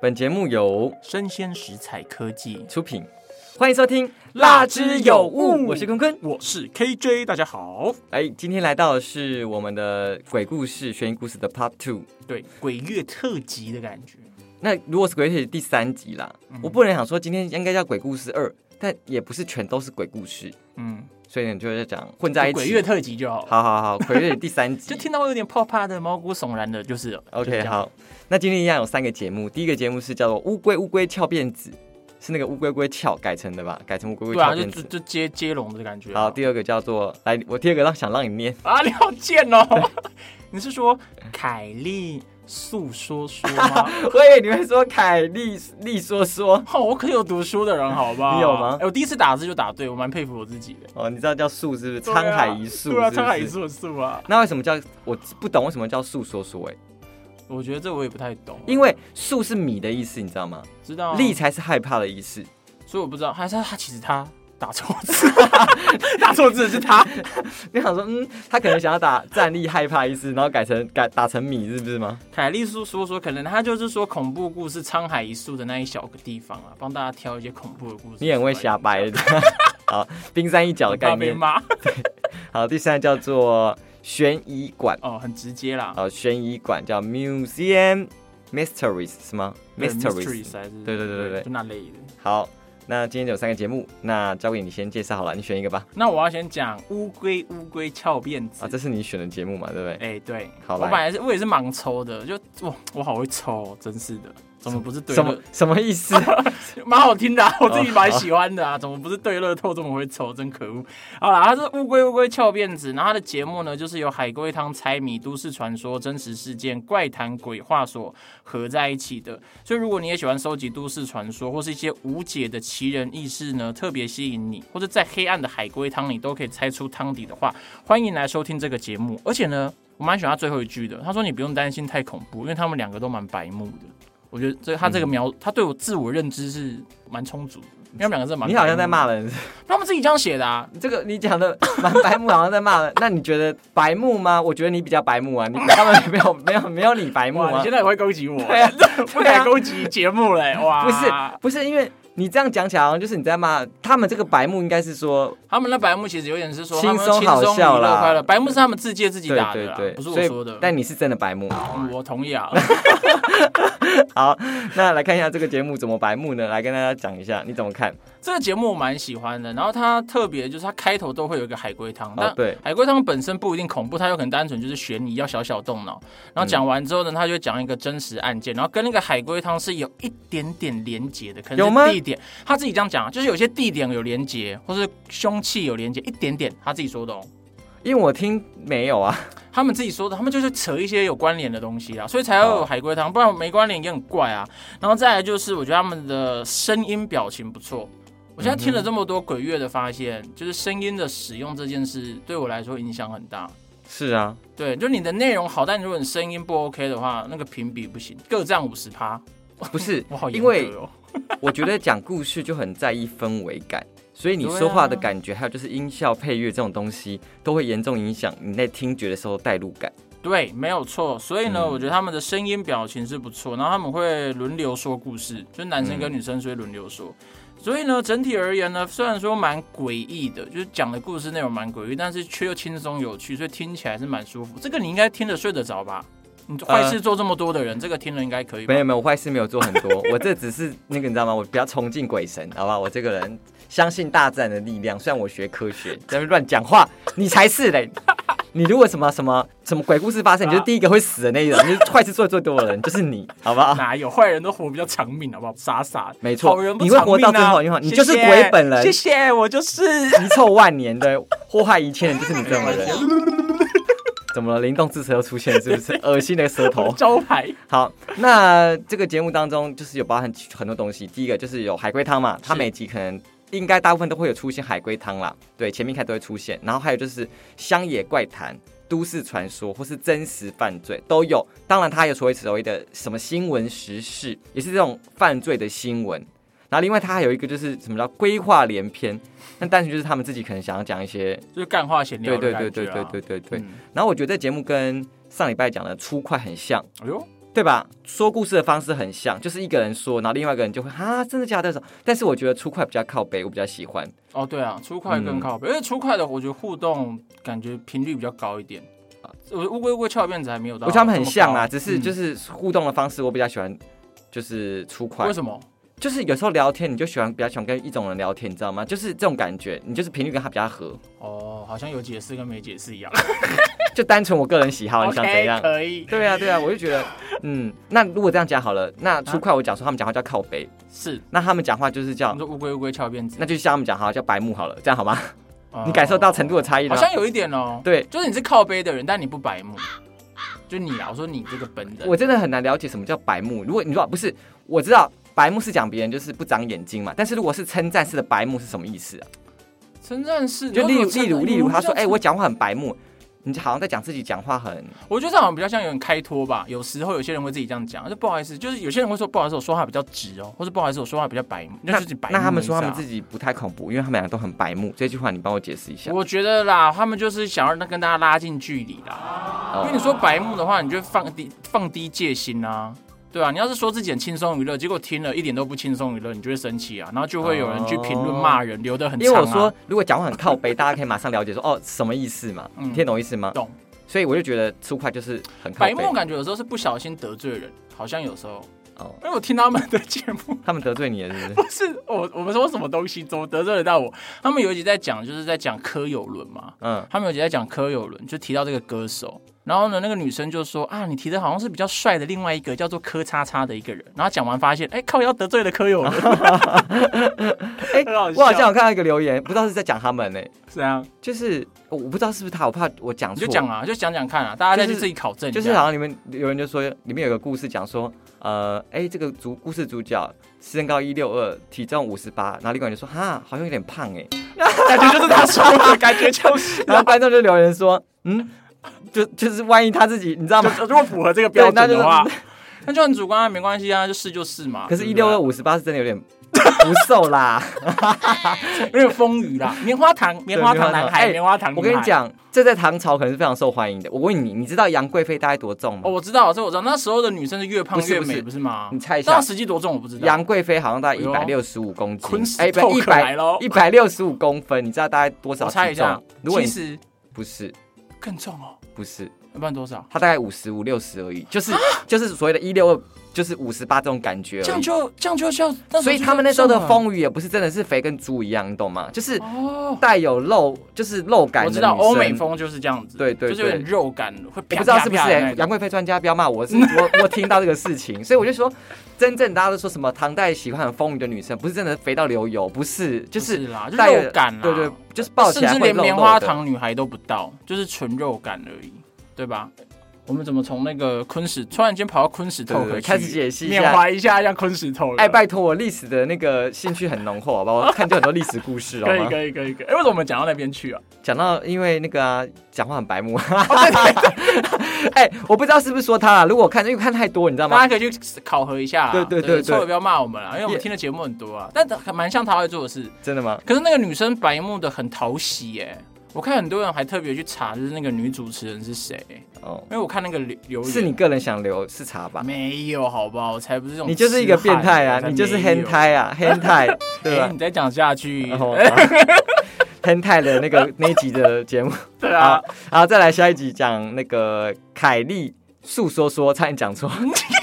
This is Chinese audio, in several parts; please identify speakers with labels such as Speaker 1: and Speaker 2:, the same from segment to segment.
Speaker 1: 本节目由
Speaker 2: 生鲜食材科技，
Speaker 1: 出品，欢迎收听《
Speaker 2: 辣之有物
Speaker 1: 我是坤坤。
Speaker 2: 我是 KJ，大家好。
Speaker 1: 哎，今天来到的是我们的鬼故事、悬疑故事的 Part Two。
Speaker 2: 对，鬼月特辑的感觉，
Speaker 1: 那如果是鬼故事第三集啦，
Speaker 2: 嗯
Speaker 1: 我不能想说今天应该叫鬼故事二，但也不是全都是鬼故事，
Speaker 2: 嗯，
Speaker 1: 所以呢就在讲混在一起。
Speaker 2: 鬼月特辑就好了。
Speaker 1: 好好 好，鬼月第三集
Speaker 2: 就。听到我有点怕怕的、毛骨悚然的，就是了
Speaker 1: OK，，好，那今天一样有三个节目，第一个节目是叫做“乌龟乌龟翘辫子”，是那个乌龟龟翘改成的吧？改成乌龟
Speaker 2: 就
Speaker 1: 龟
Speaker 2: 这啊样
Speaker 1: 翘
Speaker 2: 对啊，
Speaker 1: 辫
Speaker 2: 就
Speaker 1: 子
Speaker 2: 就。就接接龙的感觉。
Speaker 1: 好，第二个叫做来，我第二个让想让你念，
Speaker 2: 啊，你好贱哦！ 你是说凯莉诉说说 吗？
Speaker 1: 喂，你会说凯莉丽说说
Speaker 2: 哦，我可有读书的人，好吧？
Speaker 1: 你有吗
Speaker 2: 哎我第一次打字就打对，我蛮佩服我自己的。
Speaker 1: 哦，你知道叫素是不是？
Speaker 2: 对
Speaker 1: 沧
Speaker 2: 啊
Speaker 1: 海一粟，
Speaker 2: 对啊，
Speaker 1: 是不
Speaker 2: 沧
Speaker 1: 是
Speaker 2: 海一。粟的粟啊！
Speaker 1: 那为什么叫我不懂为什么叫素说说、欸？哎，
Speaker 2: 我觉得这我也不太懂，啊
Speaker 1: 因为素是米的意思，你知道吗？
Speaker 2: 知道啊
Speaker 1: 丽、才是害怕的意 思。
Speaker 2: 所以我不知道，还是他其实他打错字，打错字 是他。
Speaker 1: 你想说，嗯，他可能想要打站立害怕意思，然后改成改打成米，是不是吗？
Speaker 2: 凯莉叔说说，可能他就是说恐怖故事沧海一粟的那一小个地方啊，帮大家挑一些恐怖的故事。
Speaker 1: 你很会瞎掰的。 好，冰山一角的概
Speaker 2: 怕被
Speaker 1: 念。
Speaker 2: 骂
Speaker 1: 好，第三个叫做悬疑馆，
Speaker 2: 哦，很直接啦。
Speaker 1: 哦，悬疑馆叫 Museum Mysteries 是吗
Speaker 2: 对
Speaker 1: ？Mysteries。
Speaker 2: 还是
Speaker 1: 对对对对对
Speaker 2: 就那类的。
Speaker 1: 好，那今天有三个节目，那交给你先介绍好了，你选一个吧。
Speaker 2: 那我要先讲乌龟，乌龟翘辫子。
Speaker 1: 啊，这是你选的节目嘛，对不对？
Speaker 2: 哎、对，
Speaker 1: 好
Speaker 2: 我
Speaker 1: 来
Speaker 2: 本来是我也是盲抽的，就我我好会抽、哦，真是的，怎么不是对
Speaker 1: 什么
Speaker 2: 乐？
Speaker 1: 什么哦意思？
Speaker 2: 蛮好听的、啊，我自己蛮喜欢的啊，怎么不是对乐透这么会抽，真可恶！好啦，它是乌龟乌龟翘辫子，然后它的节目呢，就是由海龟汤、猜谜、都市传说、真实事件、怪谈、鬼话所合在一起的。所以，如果你也喜欢收集都市传说或是一些无解的奇人异事呢，特别吸引你，或者在黑暗的海龟汤里都可以猜出汤底的话，欢迎来收听这个节目。而且呢，我蛮喜欢他最后一句的，他说：“你不用担心太恐怖，因为他们两个都蛮白目的。”我觉得这他这个描，他对我自我认知是蛮充足的，因为他们两个是 蛮……
Speaker 1: 嗯你好像在骂，人，
Speaker 2: 他们自己这样写的啊。
Speaker 1: 这个你讲的蛮白目，好像在骂人。那你觉得白目吗？我觉得你比较白目啊，你他们没有没有没有你白目
Speaker 2: 哇，你
Speaker 1: 啊
Speaker 2: 现，在也会攻击我，
Speaker 1: 对啊
Speaker 2: 不敢攻击节目嘞，哇！
Speaker 1: 不是
Speaker 2: 啊
Speaker 1: 不是因为。你这样讲起来，好像就是你在骂他们。这个白目应该是说，
Speaker 2: 他们那白目其实有点是说
Speaker 1: 轻
Speaker 2: 他
Speaker 1: 松
Speaker 2: 们轻
Speaker 1: 好
Speaker 2: 松娱
Speaker 1: 笑
Speaker 2: 乐
Speaker 1: 啦
Speaker 2: 快乐，白目是他们自界自己
Speaker 1: 对
Speaker 2: 打的
Speaker 1: 对
Speaker 2: 啦，
Speaker 1: 对，
Speaker 2: 不是
Speaker 1: 所
Speaker 2: 我
Speaker 1: 以
Speaker 2: 说的。
Speaker 1: 但你是真的白目。
Speaker 2: 嗯我同意啊，
Speaker 1: 好，那来看一下这个节目怎么白目呢？来跟大家讲一下，你怎么看？
Speaker 2: 这个节目我蛮喜欢的。然后它特别就是它开头都会有一个海龟汤，
Speaker 1: 哦
Speaker 2: 但，
Speaker 1: 对，
Speaker 2: 海龟汤本身不一定恐怖，它有可能单纯就是悬疑，要小小动
Speaker 1: 嗯
Speaker 2: 脑。然后讲完之后呢，他就讲一个真实案件，然后跟那个海龟汤是有一点点连结的，可
Speaker 1: 有吗
Speaker 2: 能是地点。他自己这样讲，啊就是有些地点有连结，或是凶器有连结，一点点，他自己说的哦。
Speaker 1: 因为我听没有 啊。
Speaker 2: 他们自己说的，他们就是扯一些有关联的东西啦，所以才
Speaker 1: 哦
Speaker 2: 要有海龟汤，不然没关联也很怪啊。然后再来就是，我觉得他们的声音表情不错。我现在听了这么多鬼乐的发现，就是声音的使用这件事对我来说影响很大。
Speaker 1: 是啊，
Speaker 2: 对，就你的内容好，但如果你声音不 OK 的话，那个评比不行，各占五十趴。，
Speaker 1: 不是
Speaker 2: 我好严
Speaker 1: 因
Speaker 2: 格
Speaker 1: 为
Speaker 2: 哦。
Speaker 1: 我觉得讲故事就很在意氛围感，所以你
Speaker 2: 对啊
Speaker 1: 说话的感觉，还有就是音效、配乐这种东西，都会严重影响你在听觉的时候代入感。
Speaker 2: 对，没有错。所以呢，
Speaker 1: 嗯
Speaker 2: 我觉得他们的声音表情是不错，然后他们会轮流说故事，就是男生跟女生是会轮流说。所以呢，整体而言呢，虽然说蛮诡异的，就是讲的故事内容蛮诡异，但是却又轻松有趣，所以听起来是蛮舒服。这个你应该听得睡得着吧？你坏事做这么多的人，这个听了应该可以吧
Speaker 1: 嗯没？有没有，我坏事没有做很多，我这只是那个你知道吗？我比较崇敬鬼神，好吧？我这个人相信大自然的力量，虽然我学科学， 在那边乱讲话，你才是嘞。你如果什么什么什么鬼故事发生，你就是第一个会死的那一人，你就是坏事做最多的人，就是你，好不好？
Speaker 2: 哪有坏人都活比较长命，好不好？傻傻的，
Speaker 1: 没错
Speaker 2: 好人不
Speaker 1: 你会
Speaker 2: 长
Speaker 1: 活到
Speaker 2: 命啊
Speaker 1: 最后一句话你
Speaker 2: 谢
Speaker 1: 就是
Speaker 2: 谢
Speaker 1: 鬼本人
Speaker 2: 谢谢，我就是。
Speaker 1: 遗臭万年的祸害一切的就是你这种人。怎么了？灵动之舌又出现了，是不是？恶心的舌
Speaker 2: 我的
Speaker 1: 头。
Speaker 2: 招牌，
Speaker 1: 好，那这个节目当中就是有包含很多东西。第一个就是有海龟汤嘛，它每集可能应该大部分都会有出现海龟汤啦，对，前面开始都会出现。然后还有就是乡野怪谈、都市传说或是真实犯罪都有。当然，它有所谓所谓的什么新闻时事，也是这种犯罪的新闻。然后另外它还有一个就是什么叫规划连篇，那单纯就是他们自己可能想要讲一些，
Speaker 2: 就是干话闲聊
Speaker 1: 对
Speaker 2: 的
Speaker 1: 对
Speaker 2: 感觉
Speaker 1: 对
Speaker 2: 啊。
Speaker 1: 对对对对对。
Speaker 2: 嗯
Speaker 1: 然后我觉得这节目跟上礼拜讲的粗快很像。
Speaker 2: 哎呦，
Speaker 1: 对吧？说故事的方式很像，就是一个人说，然后另外一个人就会啊，真的假的？但是我觉得粗快比较靠北，我比较喜欢。
Speaker 2: 哦，对啊，出快
Speaker 1: 嗯
Speaker 2: 更靠北，因为出快的我觉得互动感觉频率比较高一点。我乌龟乌龟翘辫子还没有
Speaker 1: 我
Speaker 2: 到，、
Speaker 1: 觉得他们很像啊，只是就是是互动的方式，我比较喜欢，就是粗快
Speaker 2: 为。什么？
Speaker 1: 就是有时候聊天，你就喜欢比较喜欢跟一种人聊天，你知道吗？就是这种感觉，你就是频率跟他比较合。
Speaker 2: 哦，好像有解释跟没解释一样。
Speaker 1: 就单纯我个人喜好，你想怎
Speaker 2: OK，
Speaker 1: 样？
Speaker 2: 可以，
Speaker 1: 对啊，对啊，我就觉得，嗯，那如果这样讲好了，那粗快我讲说他们讲话叫靠北，
Speaker 2: 是
Speaker 1: 那他们讲话就是叫
Speaker 2: 你，说乌龟乌龟翘辫子，
Speaker 1: 那就像他们讲好了叫白目好了，这样好吗？
Speaker 2: 哦
Speaker 1: 你感受到程度的差异了
Speaker 2: 好
Speaker 1: 吗？
Speaker 2: 像有一点哦。
Speaker 1: 对，
Speaker 2: 就是你是靠背的人，但你不白目，就你啊，我说你这个本人，
Speaker 1: 我真的很难了解什么叫白目。如果你说不是，我知道白目是讲别人就是不长眼睛嘛，但是如果是称赞式的白目是什么意思啊？
Speaker 2: 称赞是
Speaker 1: 就例如
Speaker 2: 你说
Speaker 1: 例如
Speaker 2: 称赞
Speaker 1: 例如他说，
Speaker 2: 我不知道
Speaker 1: 哎、我讲话很白目，你好像在讲自己讲话很
Speaker 2: 我觉得这好像比较像有点开脱吧。有时候有些人会自己这样讲，就不好意思，就是有些人会说不好意思，我说话比较直哦，或者不好意思，我说话比较白目，那就是白目
Speaker 1: 那他们
Speaker 2: 意思
Speaker 1: 说他们
Speaker 2: 啊
Speaker 1: 自己不太恐怖，因为他们两个都很白目。这句话你帮我解释一下。
Speaker 2: 我觉得啦，他们就是想要那跟大家拉近距离啦。
Speaker 1: 哦嗯
Speaker 2: 因为你说白目的话，你就放低放低戒心啊，对啊，你要是说自己很轻松娱乐，结果听了一点都不轻松娱乐，你就会生气啊，然后就会有人去评论骂人，留的很、啊。
Speaker 1: 因为我说，如果讲话很靠背，大家可以马上了解说哦什么意思嘛，
Speaker 2: 嗯
Speaker 1: 听得懂意思吗？
Speaker 2: 懂。
Speaker 1: 所以我就觉得粗快就是很靠
Speaker 2: 白
Speaker 1: 背
Speaker 2: 目，感觉有时候是不小心得罪人，好像有时候，
Speaker 1: 哦，
Speaker 2: 因为我听他们的节目，
Speaker 1: 他们得罪你了是不是？
Speaker 2: 不是我我们说什么东西怎么得罪得到我？他们有一集在讲，就是在讲柯有伦嘛，
Speaker 1: 嗯，
Speaker 2: 他们有集在讲柯有伦，就提到这个歌手。然后呢，那个女生就说啊，你提的好像是比较帅的另外一个叫做柯叉叉的一个人。然后讲完发现，哎靠，要得罪了柯 有伦，
Speaker 1: 哎、
Speaker 2: 很好笑
Speaker 1: 我好像有看到一个留言，不知道是在讲他们呢、
Speaker 2: 是啊，
Speaker 1: 就是我我不知道是不是他，我怕我讲
Speaker 2: 你
Speaker 1: 错。
Speaker 2: 就讲啊，就讲讲看啊，大家再去自己考证一下。
Speaker 1: 就是好像你们有人就说，里面有个故事讲说，呃，哎，这个主故事主角身高一六二，体重五十八，然后另外一个人就说，哈，好像有点胖 哎，
Speaker 2: 感觉 就是他说的，感觉就是
Speaker 1: 然后观众就留言说，嗯，就就是万一他自己，你知道吗？
Speaker 2: 就如果符合这个标准的话
Speaker 1: 对那就，
Speaker 2: 那就很主观啊，没关系啊，就是就是嘛。
Speaker 1: 可是，一
Speaker 2: 对不
Speaker 1: 六
Speaker 2: 对
Speaker 1: 二五十八是真的有点 不瘦 啦。
Speaker 2: 有点风 雨啦，棉花糖，棉花糖男孩，
Speaker 1: 哎
Speaker 2: 棉花糖女孩。
Speaker 1: 我跟你讲，这在唐朝可能是非常受欢迎的。我问你，你知道杨贵妃大概多重
Speaker 2: 哦，
Speaker 1: 吗？
Speaker 2: 我知道，这我知道，那时候的女生是越胖
Speaker 1: 不是
Speaker 2: 越
Speaker 1: 不是
Speaker 2: 美，不是吗？
Speaker 1: 你猜一下
Speaker 2: 那实际多重我不知道。
Speaker 1: 杨贵妃好像大概
Speaker 2: 哎
Speaker 1: 一
Speaker 2: 呦
Speaker 1: 百六十五公斤
Speaker 2: 昆，士
Speaker 1: 哎，不，
Speaker 2: 透
Speaker 1: 一
Speaker 2: 可来
Speaker 1: 百
Speaker 2: 喽
Speaker 1: 一百六十五公分，你知道大概多少
Speaker 2: 我
Speaker 1: 体
Speaker 2: 猜一下
Speaker 1: 重？，如果你
Speaker 2: 其实
Speaker 1: 不是
Speaker 2: 更重哦，
Speaker 1: 不是，
Speaker 2: 要不然多少？
Speaker 1: 他大概五十五六十而已，就是就是所谓的一六二，就是五十八这种感觉
Speaker 2: 这
Speaker 1: 而
Speaker 2: 样
Speaker 1: 已。
Speaker 2: 就这样就叫，那
Speaker 1: 所以他们那时候的
Speaker 2: 就叫重啊
Speaker 1: 风雨也不是真的是肥跟猪一样，你懂吗？就是
Speaker 2: 了哦。
Speaker 1: 带有肉，就是肉感的
Speaker 2: 我知道
Speaker 1: 女生
Speaker 2: 欧美，风就是这样子，
Speaker 1: 对对
Speaker 2: 就是有点
Speaker 1: 对
Speaker 2: 肉感，会
Speaker 1: 我
Speaker 2: 啪
Speaker 1: 不知道
Speaker 2: 啪
Speaker 1: 是不是、
Speaker 2: 啪的那
Speaker 1: 欸
Speaker 2: 种。
Speaker 1: 杨贵妃专家不要骂 我，是我我听到这个事情，所以我就说，真正大家都说什么唐代喜欢很丰腴的女生，不是真的肥到流油，不是，就
Speaker 2: 就是啦，就
Speaker 1: 带有
Speaker 2: 肉感啦，啊
Speaker 1: 对对，就是抱起
Speaker 2: 甚
Speaker 1: 来
Speaker 2: 至
Speaker 1: 会
Speaker 2: 连
Speaker 1: 肉
Speaker 2: 棉
Speaker 1: 肉
Speaker 2: 花
Speaker 1: 的。
Speaker 2: 糖女孩都不到，就是纯肉感而已，对吧？我们怎么从那个昆石突然间跑到昆石透
Speaker 1: 对对对
Speaker 2: 去
Speaker 1: 开始解析一下
Speaker 2: 缅怀一下像昆石透了？
Speaker 1: 哎，拜托我历史的那个兴趣很浓厚，好不好？我看就很多历史故事，好
Speaker 2: 可以
Speaker 1: 吗？
Speaker 2: 可以可以可以。哎、为什么我们讲到那边去啊？
Speaker 1: 讲到因为那个啊，讲话很白目， 哎，我不知道是不是说他啊，如果我看，因为看太多，你知道
Speaker 2: 大
Speaker 1: 吗？
Speaker 2: 家可以去考核一下、啊。
Speaker 1: 对对对对
Speaker 2: 错了不要骂我们啦，因为我们
Speaker 1: 也
Speaker 2: 听的节目很多啊，但还蛮像他会做的事。
Speaker 1: 真的吗？
Speaker 2: 可是那个女生白目的很讨喜耶、我看很多人还特别去查，就是那个女主持人是谁、
Speaker 1: 哦
Speaker 2: 因，为我看那个留留言
Speaker 1: 是你个人想留是茶吧？
Speaker 2: 没有好不好？我才不是这种
Speaker 1: 你嗯就是一个变态啊，
Speaker 2: 痴汉
Speaker 1: 你就是
Speaker 2: 我才没有
Speaker 1: hen 胎啊，hen 胎 对
Speaker 2: 哎、
Speaker 1: 吧哦
Speaker 2: 你？再讲下去，
Speaker 1: 然 后 hen 胎的那个那一集的节目，
Speaker 2: 对
Speaker 1: 好
Speaker 2: 啊，，
Speaker 1: 好，再来下一集讲那个凯莉诉说说，差点讲错，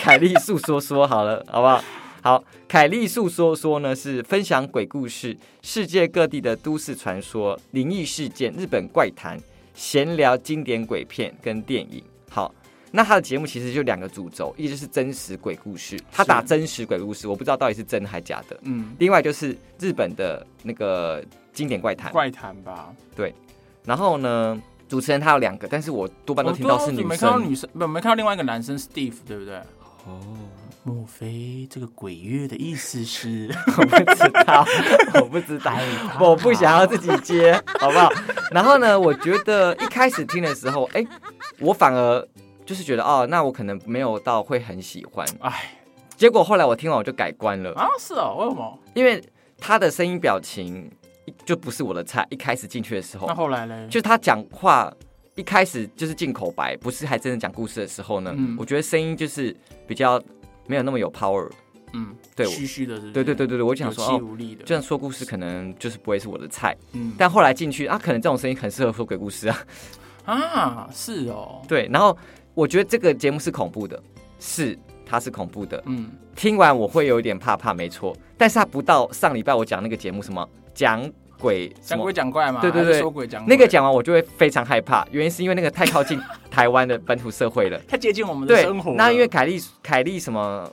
Speaker 1: 凯莉诉说说好了，好不好？好，凯莉诉说说呢是分享鬼故事、世界各地的都市传说、灵异事件、日本怪谈、闲聊经典鬼片跟电影。好，那他的节目其实就两个主轴，一就是真实鬼故事，他打
Speaker 2: 是
Speaker 1: 真实鬼故事，我不知道到底是真还假的。
Speaker 2: 嗯，
Speaker 1: 另外就是日本的那个经典怪谈，
Speaker 2: 怪谈吧。
Speaker 1: 然后呢，主持人他有两个，但是我多半都
Speaker 2: 我
Speaker 1: 听到是女
Speaker 2: 没看到
Speaker 1: 生。
Speaker 2: 女生，不，没看到另外一个男生 Steve，对不对？哦，莫非这个鬼月的意思是？
Speaker 1: 我不知道， 我不知道，我不想要自己接，好不好？然后呢， 我觉得一开始听的时候，哎，我反而就是觉得哦，那我可能没有到会很喜欢。
Speaker 2: 哎，
Speaker 1: 结果后来我听完我就改观了，
Speaker 2: 啊，是哦，为什么？
Speaker 1: 因为他的声音表情就不是我的菜。一开始进去的时候
Speaker 2: 哦那，后来嘞？
Speaker 1: 就是他讲话。一开始就是进口白，不是还真的讲故事的时候呢，
Speaker 2: 嗯
Speaker 1: 我觉得声音就是比较没有那么有 power。
Speaker 2: 嗯，
Speaker 1: 对我
Speaker 2: 虚虚的是不是，
Speaker 1: 对对对对对，我就
Speaker 2: 有
Speaker 1: 想说
Speaker 2: 气
Speaker 1: 哦，
Speaker 2: 无力的，
Speaker 1: 这样说故事可能就是不会是我的菜。
Speaker 2: 嗯
Speaker 1: 但后来进去啊，可能这种声音很适合说鬼故事啊。
Speaker 2: 啊，是哦，
Speaker 1: 对，然后我觉得这个节目是恐怖的，是它是恐怖的，
Speaker 2: 嗯，
Speaker 1: 听完我会有一点怕怕，没错。但是它不到上礼拜我讲那个节目什么讲鬼什
Speaker 2: 讲
Speaker 1: 么
Speaker 2: 鬼讲怪嘛，
Speaker 1: 对对
Speaker 2: 还是
Speaker 1: 对
Speaker 2: 说鬼讲
Speaker 1: 那个
Speaker 2: 讲
Speaker 1: 讲完我就会非常害怕，原因是因为那个太靠近台湾的本土社会了。
Speaker 2: 太接近我们的
Speaker 1: 对
Speaker 2: 生活，了。
Speaker 1: 那因为凯莉凯莉什么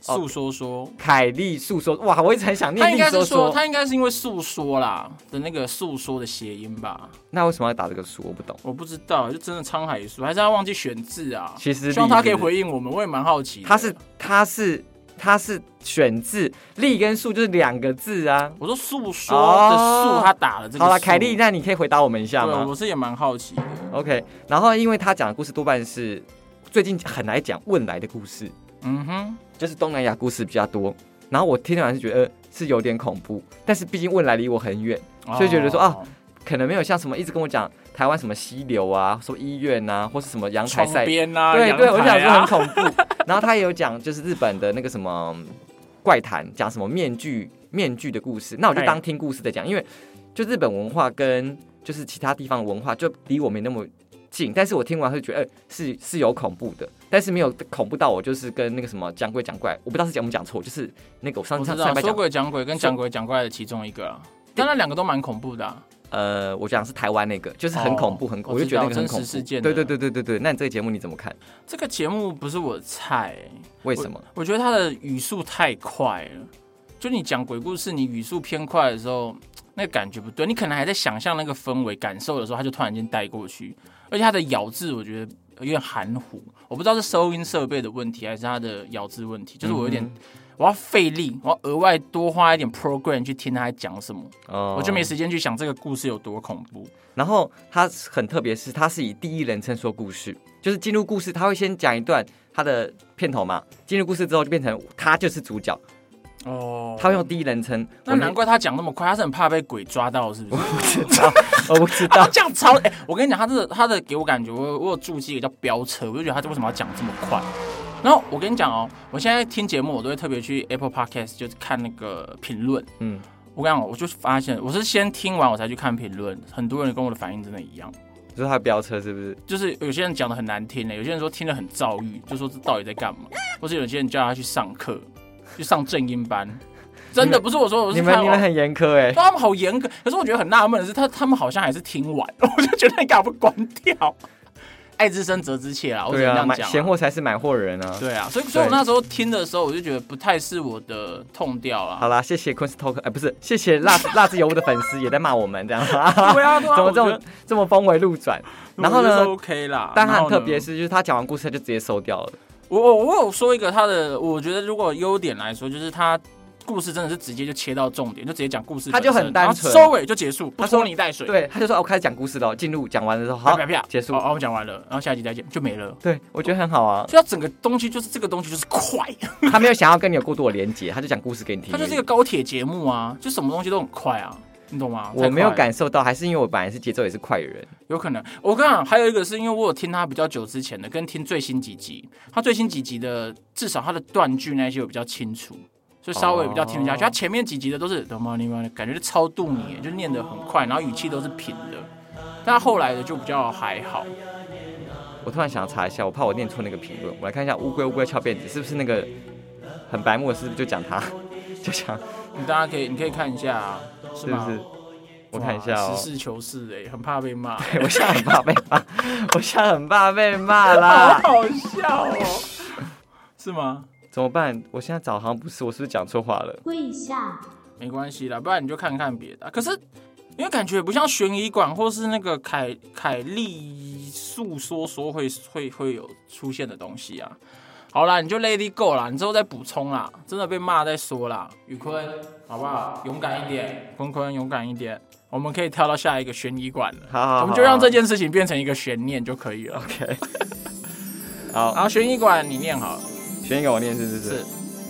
Speaker 2: 诉说说，
Speaker 1: 凯莉诉说，哇，我一直很想念
Speaker 2: 他应
Speaker 1: 丽
Speaker 2: 该是
Speaker 1: 说
Speaker 2: 说
Speaker 1: 说，
Speaker 2: 他应该是因为诉说啦的那个诉说的谐音吧，
Speaker 1: 那为什么要打这个书？我不懂。
Speaker 2: 我不知道，就真的沧海一粟，还是他忘记选字啊？
Speaker 1: 其实
Speaker 2: 希望他可以
Speaker 1: 丽是
Speaker 2: 回应我们，我也蛮好奇的。
Speaker 1: 他是他是他是选字，力跟数就是两个字啊。
Speaker 2: 我说诉说的
Speaker 1: 哦
Speaker 2: 诉，他打了这个。
Speaker 1: 好了，凯莉，，那你可以回答我们一下
Speaker 2: 对，
Speaker 1: 吗
Speaker 2: 我是也蛮好奇的。
Speaker 1: ？OK，然后因为他讲的故事多半是最近很来讲汶来的故事，
Speaker 2: 嗯哼，
Speaker 1: 就是东南亚故事比较多。然后我听完是觉得、呃、是有点恐怖，但是毕竟汶来离我很远，所以觉得说啊
Speaker 2: 哦，
Speaker 1: 可能没有像什么一直跟我讲台湾什么溪流啊、什么医院啊，或是什么阳台
Speaker 2: 窗
Speaker 1: 赛
Speaker 2: 边啊，
Speaker 1: 对
Speaker 2: 阳
Speaker 1: 对，我
Speaker 2: 台
Speaker 1: 想说
Speaker 2: 啊
Speaker 1: 很恐怖。 然后他也有讲，就是日本的那个什么怪谈，讲什么面具面具的故事。那我就
Speaker 2: 哎
Speaker 1: 当听故事在讲，因为就日本文化跟就是其他地方的文化就离我没那么近，但是我听完会觉得、呃是是有恐怖的，但是没有恐怖到我就是跟那个什么讲鬼讲怪，我不知道是讲我们讲错，就是那个我上
Speaker 2: 我
Speaker 1: 上
Speaker 2: 知
Speaker 1: 上
Speaker 2: 道
Speaker 1: 一拜
Speaker 2: 说
Speaker 1: 讲，
Speaker 2: 鬼讲鬼跟讲鬼讲怪的其中一个啊，但那两个都蛮恐怖的啊。
Speaker 1: 呃，我讲的是台湾那个，就是很恐怖，
Speaker 2: 哦
Speaker 1: 很
Speaker 2: 我
Speaker 1: 我就
Speaker 2: 知
Speaker 1: 觉得
Speaker 2: 道
Speaker 1: 那个很
Speaker 2: 真实
Speaker 1: 恐怖
Speaker 2: 事件的
Speaker 1: 对对对对对对，那你这个节目你怎么看？
Speaker 2: 这个节目不是我的菜，欸
Speaker 1: 为什么？
Speaker 2: 我觉得他的语速太快了。就你讲鬼故事，你语速偏快的时候，那感觉不对。你可能还在想象那个氛围、感受的时候，他就突然间带过去。而且他的咬字，我觉得有点含糊。我不知道是收音设备的问题，还是他的咬字问题。就是我有点，
Speaker 1: 嗯
Speaker 2: 我要费力，我要额外多花一点 program 去听他在讲什么，
Speaker 1: 哦
Speaker 2: 我就没时间去想这个故事有多恐怖。
Speaker 1: 然后他很特别，是他是以第一人称说故事，就是进入故事，他会先讲一段他的片头嘛，进入故事之后就变成他就是主角，
Speaker 2: 哦
Speaker 1: 他会用第一人称。
Speaker 2: 那
Speaker 1: 我没
Speaker 2: 难怪他讲那么快，他是很怕被鬼抓到，是不是？
Speaker 1: 我不知
Speaker 2: 他
Speaker 1: 道，
Speaker 2: 讲超哎、我跟你讲，他这个他的给我感觉，我我有注记一个叫飙车，我就觉得他为什么要讲这么快。然后我跟你讲哦，我现在听节目，我都会特别去 Apple Podcast 就是看那个评论。
Speaker 1: 嗯，
Speaker 2: 我跟你讲，我就发现我是先听完我才去看评论，很多人跟我的反应真的一样，
Speaker 1: 你说他的飙车是不是？
Speaker 2: 就是有些人讲的很难听的，有些人说听得很躁郁，就说这到底在干嘛，或是有些人叫他去上课，去上正音班，真的不是我说，我
Speaker 1: 你
Speaker 2: 是
Speaker 1: 们
Speaker 2: 看
Speaker 1: 你
Speaker 2: 网
Speaker 1: 们很严苛哎、
Speaker 2: 对他们好严格，可是我觉得很纳闷的是，他他们好像还是听完， 我就觉得你干嘛不关掉？爱之深责之切啊，我只
Speaker 1: 对
Speaker 2: 能
Speaker 1: 啊，
Speaker 2: 这样
Speaker 1: 买
Speaker 2: 讲、
Speaker 1: 闲货才是买货人啊。
Speaker 2: 对啊，所以所以我那时候听的时候，我就觉得不太是我的痛调啊啦。
Speaker 1: 好啦，谢谢 Queen Talk，哎、不是，谢谢辣辣子油的粉丝也在骂我们这 样， 怎
Speaker 2: 对啊，对
Speaker 1: 么
Speaker 2: 啊，
Speaker 1: 这
Speaker 2: 我觉
Speaker 1: 么这么峰回路转？
Speaker 2: 得
Speaker 1: 然后
Speaker 2: 我觉得
Speaker 1: 呢
Speaker 2: 是，？OK 啦，
Speaker 1: 但他
Speaker 2: 然
Speaker 1: 很
Speaker 2: 后呢
Speaker 1: 特别，是，就是他讲完故事他就直接收掉了。
Speaker 2: 我我我有说一个他的，我觉得如果优点来说，就是他。故事真的是直接就切到重点，就直接讲故事本
Speaker 1: 他
Speaker 2: 身，
Speaker 1: 就很单纯
Speaker 2: 然后收尾就结束，不
Speaker 1: 他说
Speaker 2: 拖泥带水。，
Speaker 1: 对，他就说哦，我开始讲故事了，进入讲完了之后，
Speaker 2: 啪
Speaker 1: 好
Speaker 2: 啪啪，
Speaker 1: 结束
Speaker 2: 哦，。哦我们讲完了，然后下集再见，就没了。
Speaker 1: 对，我觉得很好啊。
Speaker 2: 所以它整个东西就是这个东西就是快，
Speaker 1: 他没有想要跟你有过多的连接，他就讲故事给你听。
Speaker 2: 它就是一个，高铁节目啊，就什么东西都很快啊，你懂吗？
Speaker 1: 我没有
Speaker 2: 太快了，
Speaker 1: 感受到，还是因为我本来是节奏也是快的人。
Speaker 2: 有可能。我跟你讲，还有一个是因为我有听他比较久之前的，跟听最新几集，他最新几集的至少他的断句那些我比较清楚。所以稍微比较听得下去，
Speaker 1: 哦
Speaker 2: 他前面几集的都是 the money money，感觉就超度你，就念得很快，然后语气都是平的。但他后来的就比较还好，
Speaker 1: 我突然想要查一下，我怕我念错那个评论，我来看一下乌龟乌龟翘辫子是不是那个很白目的，是不是就讲他， 就讲
Speaker 2: 你大家可以你可以看一下、啊，是
Speaker 1: 是不
Speaker 2: 吗？
Speaker 1: 是？我看一下
Speaker 2: 哇
Speaker 1: 哦
Speaker 2: 实。事求是哎、很怕被骂。
Speaker 1: 我现在很怕被骂，我现在很怕被骂
Speaker 2: 好
Speaker 1: 啦，
Speaker 2: 好笑哦，是吗？
Speaker 1: 怎么办？我现在找好像不是，我是不是讲错话了？
Speaker 3: 跪下，
Speaker 2: 没关系啦，不然你就看看别的啊。可是因为感觉也不像悬疑馆或是那个凯凯利诉说说会会会有出现的东西啊。好啦，你就 Lady Go 啦，你之后再补充啦。真的被骂再说啦，宇坤，好不好？勇敢一点，坤坤，勇敢一点。我们可以跳到下一个悬疑馆了，
Speaker 1: 好好好
Speaker 2: 我们就让这件事情变成一个悬念就可以了。
Speaker 1: OK，好，
Speaker 2: 好，悬疑馆你念好了，
Speaker 1: 选一个我念是是是。
Speaker 2: 是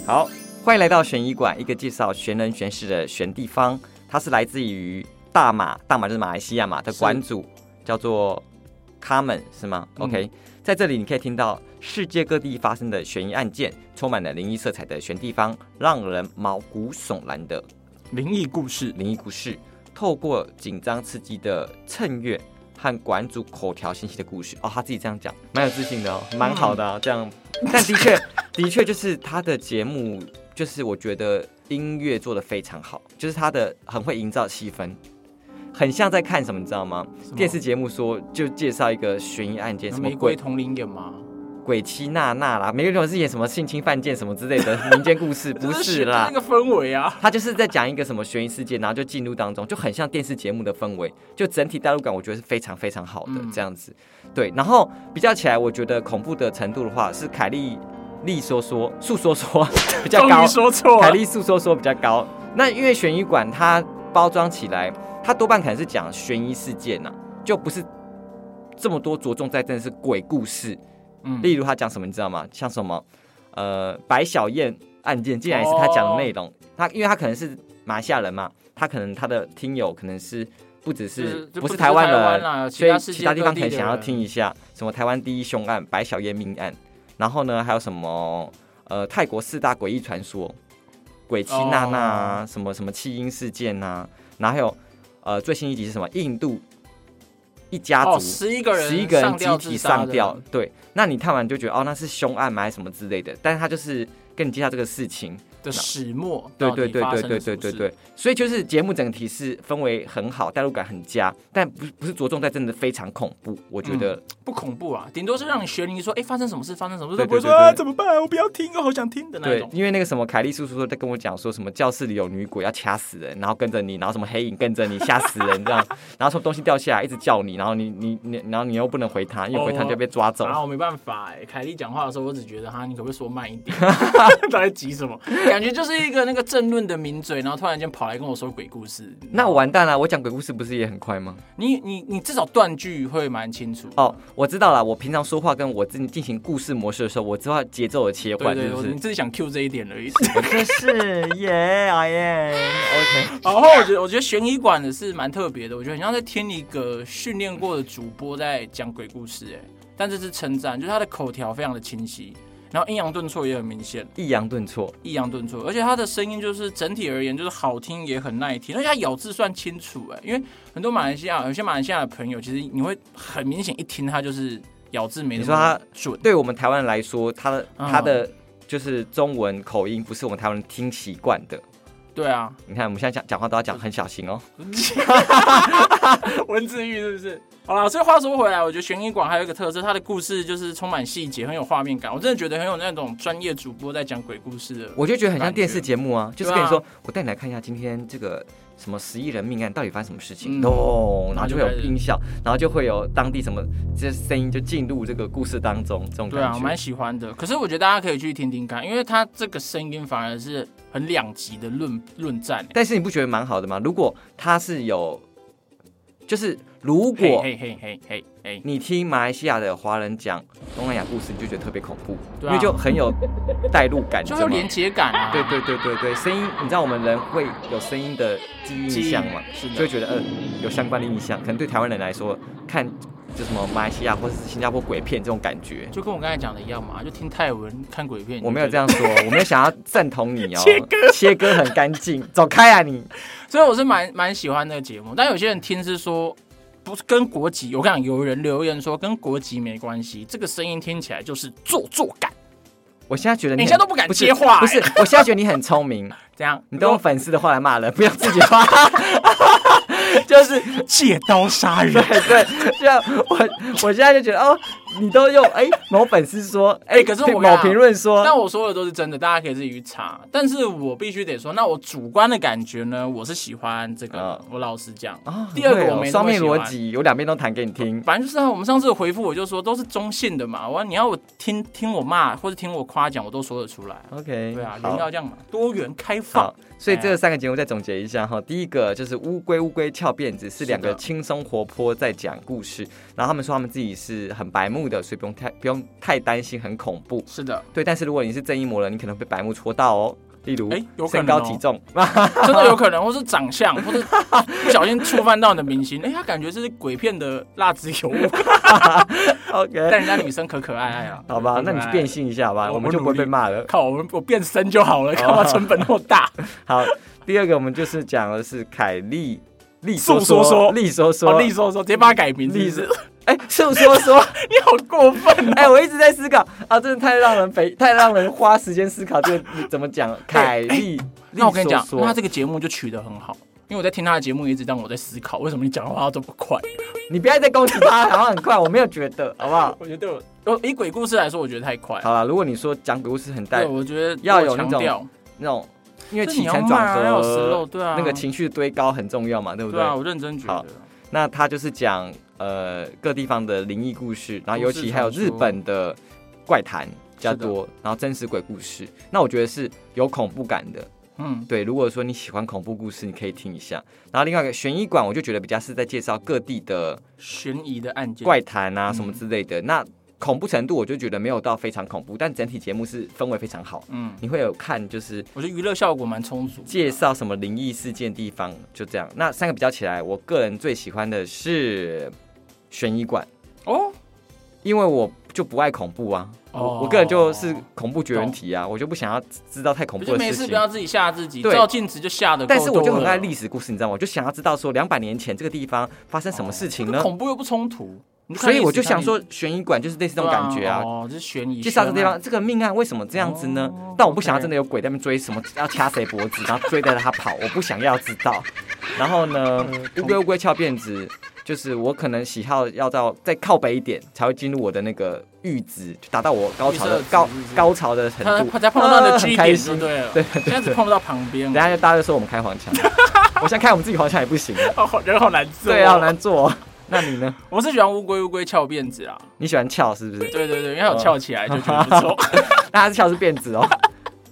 Speaker 1: 好，欢迎来到悬疑馆，一个介绍悬人悬事的悬地方。它是来自于大马，大马就是马来西亚嘛的馆主，叫做他们是吗？OK，、在这里你可以听到世界各地发生的悬疑案件，充满了灵异色彩的悬地方，让人毛骨悚然的
Speaker 2: 灵异故事，
Speaker 1: 灵异故事，透过紧张刺激的趁月和馆主口条信息的故事。哦，他自己这样讲，蛮有自信的哦，蛮好的、啊这样。但的确，的确就是他的节目，就是我觉得音乐做的非常好，就是他的很会营造气氛。很像在看什么，你知道吗？
Speaker 2: 么
Speaker 1: 电视节目说就介绍一个悬疑案件，什么
Speaker 2: 玫瑰
Speaker 1: 鬼
Speaker 2: 同龄演吗？
Speaker 1: 鬼妻娜娜啦，玫瑰同是演什么性侵犯件什么之类的民间故 事，不是啦
Speaker 2: 那，个氛围啊，
Speaker 1: 他就是在讲一个什么悬疑事件，然后就进入当中，就很像电视节目的氛围，就整体代入感，我觉得是非常非常好的、
Speaker 2: 嗯
Speaker 1: 这样子。对，然后比较起来，我觉得恐怖的程度的话，是凯莉丽说说诉说说 比较
Speaker 2: 终
Speaker 1: 高
Speaker 2: 于，说错
Speaker 1: 凯
Speaker 2: 了，
Speaker 1: 莉诉说说比较高。那因为悬疑馆它包装起来，它多半可能是讲悬疑事件呐、就不是这么多着重在真的是鬼故事。
Speaker 2: 嗯
Speaker 1: 例如他讲什么，你知道吗？像什么呃白小燕案件，竟然也是他讲的内
Speaker 2: 哦
Speaker 1: 容。他因为他可能是马来西亚人嘛，他可能他的听友可能是不只是
Speaker 2: 就
Speaker 1: 不是
Speaker 2: 只
Speaker 1: 台湾人，
Speaker 2: 啦
Speaker 1: 所以
Speaker 2: 世
Speaker 1: 其
Speaker 2: 界
Speaker 1: 他地
Speaker 2: 各
Speaker 1: 方
Speaker 2: 地
Speaker 1: 可能
Speaker 2: 的
Speaker 1: 想要
Speaker 2: 人
Speaker 1: 听一下什么台湾第一凶案白小燕命案，然后呢还有什么呃泰国四大诡异传说，鬼妻娜娜啊，
Speaker 2: 哦
Speaker 1: 什么什么弃婴事件呐、然后还有呃最新一集是什么印度一家
Speaker 2: 哦，
Speaker 1: 族
Speaker 2: 十一个人
Speaker 1: 十一个人
Speaker 2: 上
Speaker 1: 集
Speaker 2: 吊
Speaker 1: 体
Speaker 2: 自杀
Speaker 1: 上
Speaker 2: 的
Speaker 1: 吊，对，那你看完就觉得哦那是凶案吗还是什么之类的，但是他就是跟你介绍这个事情，
Speaker 2: 的始末，
Speaker 1: 对
Speaker 2: 到底
Speaker 1: 对对
Speaker 2: 发
Speaker 1: 对
Speaker 2: 生
Speaker 1: 对
Speaker 2: 了
Speaker 1: 对
Speaker 2: 什
Speaker 1: 对
Speaker 2: 么事，
Speaker 1: 对，所以就是节目整体是氛围很好，代入感很佳，但不不是着重在真的非常恐怖，我觉得、
Speaker 2: 不恐怖啊，顶多是让你学龄说，哎，发生什么事，发生什么事，
Speaker 1: 对
Speaker 2: 都不会
Speaker 1: 对
Speaker 2: 说
Speaker 1: 对对
Speaker 2: 啊怎么办，我不要听，我好想听的那一
Speaker 1: 对
Speaker 2: 种，。
Speaker 1: 因为那个什么凯莉叔叔在跟我讲说什么教室里有女鬼要掐死人，然后跟着你，然后什么黑影跟着你吓死人这 样，然后从东西掉下来一直叫你，然后你你你，然后你又不能回他，因为回他就被抓走。
Speaker 2: 然后我没办法哎、凯莉讲话的时候，我只觉得哈，你可不可以说慢一 点？到底急什么？感觉就是一个那个政论的名嘴，然后突然间跑来跟我说鬼故事。
Speaker 1: 那我完蛋了，我讲鬼故事不是也很快吗？
Speaker 2: 你你你至少断句会蛮清楚。
Speaker 1: 哦，我知道了，我平常说话跟我自己进行故事模式的时候，我知道节奏的切
Speaker 2: 对
Speaker 1: 换，
Speaker 2: 对
Speaker 1: 是
Speaker 2: 对，
Speaker 1: 不
Speaker 2: 我
Speaker 1: 是
Speaker 2: 你？自己想 Q 这一点而已。
Speaker 1: 我就是耶，哎耶，OK，
Speaker 2: 然后我觉得，我觉得悬疑馆的是蛮特别的，我觉得很像在听一个训练过的主播在讲鬼故事、哎，但这是称赞，就是他的口条非常的清晰，然后阴阳顿挫也很明显，
Speaker 1: 抑扬顿挫，
Speaker 2: 抑扬顿挫，而且他的声音就是整体而言就是好听也很耐听，而且他咬字算清楚、哎，因为很多马来西亚有些马来西亚的朋友，其实你会很明显一听他就是咬字没那
Speaker 1: 你说他
Speaker 2: 么准，
Speaker 1: 对我们台湾人来说，他的
Speaker 2: 嗯
Speaker 1: 他的就是中文口音不是我们台湾人听习惯的。
Speaker 2: 对啊，
Speaker 1: 你看我们现在讲讲话都要讲很小心哦。
Speaker 2: 文字狱是不是？好啦，所以话说回来，我觉得悬疑馆还有一个特色，它的故事就是充满细节，很有画面感。我真的觉得很有那种专业主播在讲鬼故事的。
Speaker 1: 我就觉得很像电视节目啊，就是跟你
Speaker 2: 对
Speaker 1: 说
Speaker 2: 啊，
Speaker 1: 我带你来看一下今天这个什么十一人命案到底发生什么事情，
Speaker 2: 嗯
Speaker 1: 咚、然
Speaker 2: 然后
Speaker 1: 后就
Speaker 2: 就开
Speaker 1: 会
Speaker 2: 始
Speaker 1: 有音效，然后就会有当地什么这声音就进入这个故事当中，这种
Speaker 2: 对啊，我
Speaker 1: 感
Speaker 2: 蛮
Speaker 1: 觉。
Speaker 2: 喜欢的。可是我觉得大家可以去听听看，因为它这个声音反而是很两极的论论战、欸。
Speaker 1: 但是你不觉得蛮好的吗？如果他是有，就是如
Speaker 2: 嘿
Speaker 1: 果
Speaker 2: 嘿嘿嘿嘿嘿，
Speaker 1: 你听马来西亚的华人讲东南亚故事，你就觉得特别恐怖，
Speaker 2: 对
Speaker 1: 因
Speaker 2: 啊
Speaker 1: 为就很 有代入感，
Speaker 2: 就
Speaker 1: 知
Speaker 2: 会有
Speaker 1: 道吗
Speaker 2: 连结感啊。
Speaker 1: 对对对对对，声音，你知道我们人会有声音的记忆印象嘛？
Speaker 2: 记忆是的
Speaker 1: 就会觉得呃有相关的印象，可能对台湾人来说，看就什么马来西亚或者是新加坡鬼片这种感觉。
Speaker 2: 就跟我刚才讲的一样嘛，就听泰文看鬼片。
Speaker 1: 我没有这
Speaker 2: 样，
Speaker 1: 样说，我没有想要赞同你哦。
Speaker 2: 切割，
Speaker 1: 切割很干净，走开啊你！
Speaker 2: 所以我是蛮蛮喜欢那个节目。但有些人听是说。不是跟国籍，我跟你讲，有人留言说跟国籍没关系，这个声音听起来就是做作感。
Speaker 1: 我现在觉得你
Speaker 2: 你
Speaker 1: 很
Speaker 2: 现在都不敢
Speaker 1: 不是
Speaker 2: 接话欸
Speaker 1: 不是，我现在觉得你很聪 明，
Speaker 2: 这样，
Speaker 1: 你都用粉丝的话来骂人，不要自己话，就是
Speaker 2: 借刀杀人
Speaker 1: 对 对，就像我我现在就觉得哦，你都用哎、某粉丝 说哎、
Speaker 2: 可是我跟你
Speaker 1: 某
Speaker 2: 讲
Speaker 1: 评论说，
Speaker 2: 但我说的都是真的，大家可以自己去查。但是我必须得说，那我主观的感觉呢，我是喜欢这个。
Speaker 1: 嗯
Speaker 2: 我老实讲，
Speaker 1: 啊
Speaker 2: 第二个
Speaker 1: 对哦
Speaker 2: 我没那么
Speaker 1: 双面
Speaker 2: 喜欢
Speaker 1: 逻辑，我两边都弹给你听。
Speaker 2: 反正就是啊我们上次的回复我就说都是中性的嘛，我你要我听听我骂或者听我夸奖，我都说得出来。
Speaker 1: OK，
Speaker 2: 对啊，人要
Speaker 1: 好。
Speaker 2: 这样嘛，多元开放
Speaker 1: 好。，所以这三个节目再总结一下哈。第一个就是乌龟乌龟翘辫子，是两
Speaker 2: 是
Speaker 1: 个
Speaker 2: 的
Speaker 1: 轻松活泼在讲故事，然后他们说他们自己是很白目的，所以不用太不用太担心很恐怖。
Speaker 2: 是的，
Speaker 1: 对，但是如果你是正义魔人，你可能被白目戳到哦。例如
Speaker 2: 哎有可能
Speaker 1: 身高
Speaker 2: 哦
Speaker 1: 体重，
Speaker 2: 真的有可能，或是长相，或是不小心触犯到你的明星，哎、他感觉这是鬼片的辣子油， 但
Speaker 1: OK，
Speaker 2: 人家女生可可爱爱啊。
Speaker 1: 好吧，那你去变
Speaker 2: 性，
Speaker 1: 性一下吧，
Speaker 2: 我
Speaker 1: 我们就不会
Speaker 2: 努力
Speaker 1: 被骂了。
Speaker 2: 靠，我我变身就好
Speaker 1: 哦
Speaker 2: 了，干嘛成本那么大？
Speaker 1: 好，第二个我们就是讲的是凯莉丽
Speaker 2: 素
Speaker 1: 说
Speaker 2: 说说
Speaker 1: 丽说说
Speaker 2: 哦，丽说说，直接帮他改名，
Speaker 1: 丽
Speaker 2: 丽是
Speaker 1: 说，哎，素说说，
Speaker 2: 你好过分啊！
Speaker 1: 哎，我一直在思考啊，真的太让人费，太让人花时间思考这个你怎么 讲凯莉。 丽
Speaker 2: 那我跟你讲
Speaker 1: 说，说
Speaker 2: 那他这个节目就取得很好，因为我在听他的节目，也一直让我在思考，为什么你讲话要这么快？
Speaker 1: 你不要再攻击他，好像很快，我没有觉得，好不 好？
Speaker 2: 我觉得对我，呃以鬼故事来说，我觉得太快了。
Speaker 1: 好了，如果你说讲鬼故事很带
Speaker 2: 对，我觉得
Speaker 1: 要有那
Speaker 2: 强
Speaker 1: 种
Speaker 2: 调，
Speaker 1: 那种，因为
Speaker 2: 这你
Speaker 1: 起
Speaker 2: 要
Speaker 1: 承
Speaker 2: 慢
Speaker 1: 转
Speaker 2: 啊，要有 slow，
Speaker 1: 合，
Speaker 2: 对啊，
Speaker 1: 那个情绪堆高很重要嘛，对不
Speaker 2: 对啊，我认真觉
Speaker 1: 好
Speaker 2: 得。
Speaker 1: 那他就是讲呃各地方的灵异故事，然后尤其还有
Speaker 2: 都市传
Speaker 1: 日
Speaker 2: 说
Speaker 1: 本的怪谈比较多，然后真实鬼故事。那我觉得是有恐怖感的，
Speaker 2: 嗯，
Speaker 1: 对。如果说你喜欢恐怖故事，你可以听一下。然后另外一个悬疑馆，我就觉得比较是在介绍各地的
Speaker 2: 悬疑的案件，
Speaker 1: 怪谈啊
Speaker 2: 嗯
Speaker 1: 什么之类的。那恐怖程度我就觉得没有到非常恐怖，但整体节目是氛围非常好，
Speaker 2: 嗯，
Speaker 1: 你会有看就是
Speaker 2: 我觉得娱乐效果蛮充足的。
Speaker 1: 介绍什么灵异事件地方，就这样。那三个比较起来，我个人最喜欢的是悬疑馆，
Speaker 2: 哦，
Speaker 1: 因为我就不爱恐怖啊。
Speaker 2: 哦
Speaker 1: 我我个人就是恐怖绝缘体啊，我就不想要知道太恐
Speaker 2: 我
Speaker 1: 怖
Speaker 2: 就没
Speaker 1: 的
Speaker 2: 事
Speaker 1: 事
Speaker 2: 不
Speaker 1: 情
Speaker 2: 要。自己吓自己，
Speaker 1: 对
Speaker 2: 照镜子就吓得够多
Speaker 1: 但
Speaker 2: 了。
Speaker 1: 是我就很爱历史故事，你知道吗？我就想要知道说两百年前这个地方发生什么事情
Speaker 2: 这
Speaker 1: 呢？
Speaker 2: 恐怖又不冲突，你看
Speaker 1: 所以我就
Speaker 2: 历史看
Speaker 1: 想
Speaker 2: 历
Speaker 1: 说，悬疑馆就是类似这种感觉啊，
Speaker 2: 对哦，这是悬疑。
Speaker 1: 介绍这个地
Speaker 2: 悬
Speaker 1: 方
Speaker 2: 案，
Speaker 1: 这个命案为什么这样子呢？
Speaker 2: 哦
Speaker 1: 但我不想要
Speaker 2: OK
Speaker 1: 真的有鬼在那边追什么， 要掐谁脖子，然后追着他跑，我不想要知道。然后
Speaker 2: 呃
Speaker 1: 呢，乌龟乌龟翘辫子，就是我可能喜好要到再靠北一点，才会进入我的那个阈值，就达到我高潮的
Speaker 2: 预设值
Speaker 1: 高
Speaker 2: 是不是
Speaker 1: 高潮的程
Speaker 2: 他
Speaker 1: 度。
Speaker 2: 他才碰到你的
Speaker 1: 啊
Speaker 2: 基
Speaker 1: 很开
Speaker 2: 点
Speaker 1: 心
Speaker 2: 就对了，
Speaker 1: 对
Speaker 2: 现在只碰不到旁边
Speaker 1: 等一。下就大家就说我们开黄腔， 我现在开我们自己黄腔也不行了，
Speaker 2: 哦，人 好难做。
Speaker 1: 对啊，好难做、哦。那你呢？
Speaker 2: 我是喜欢乌龟乌龟翘辫子啊，
Speaker 1: 你喜欢翘是不是？
Speaker 2: 对对对，因为它有翘起来就觉得不错。
Speaker 1: 那还是翘是辫 子哦，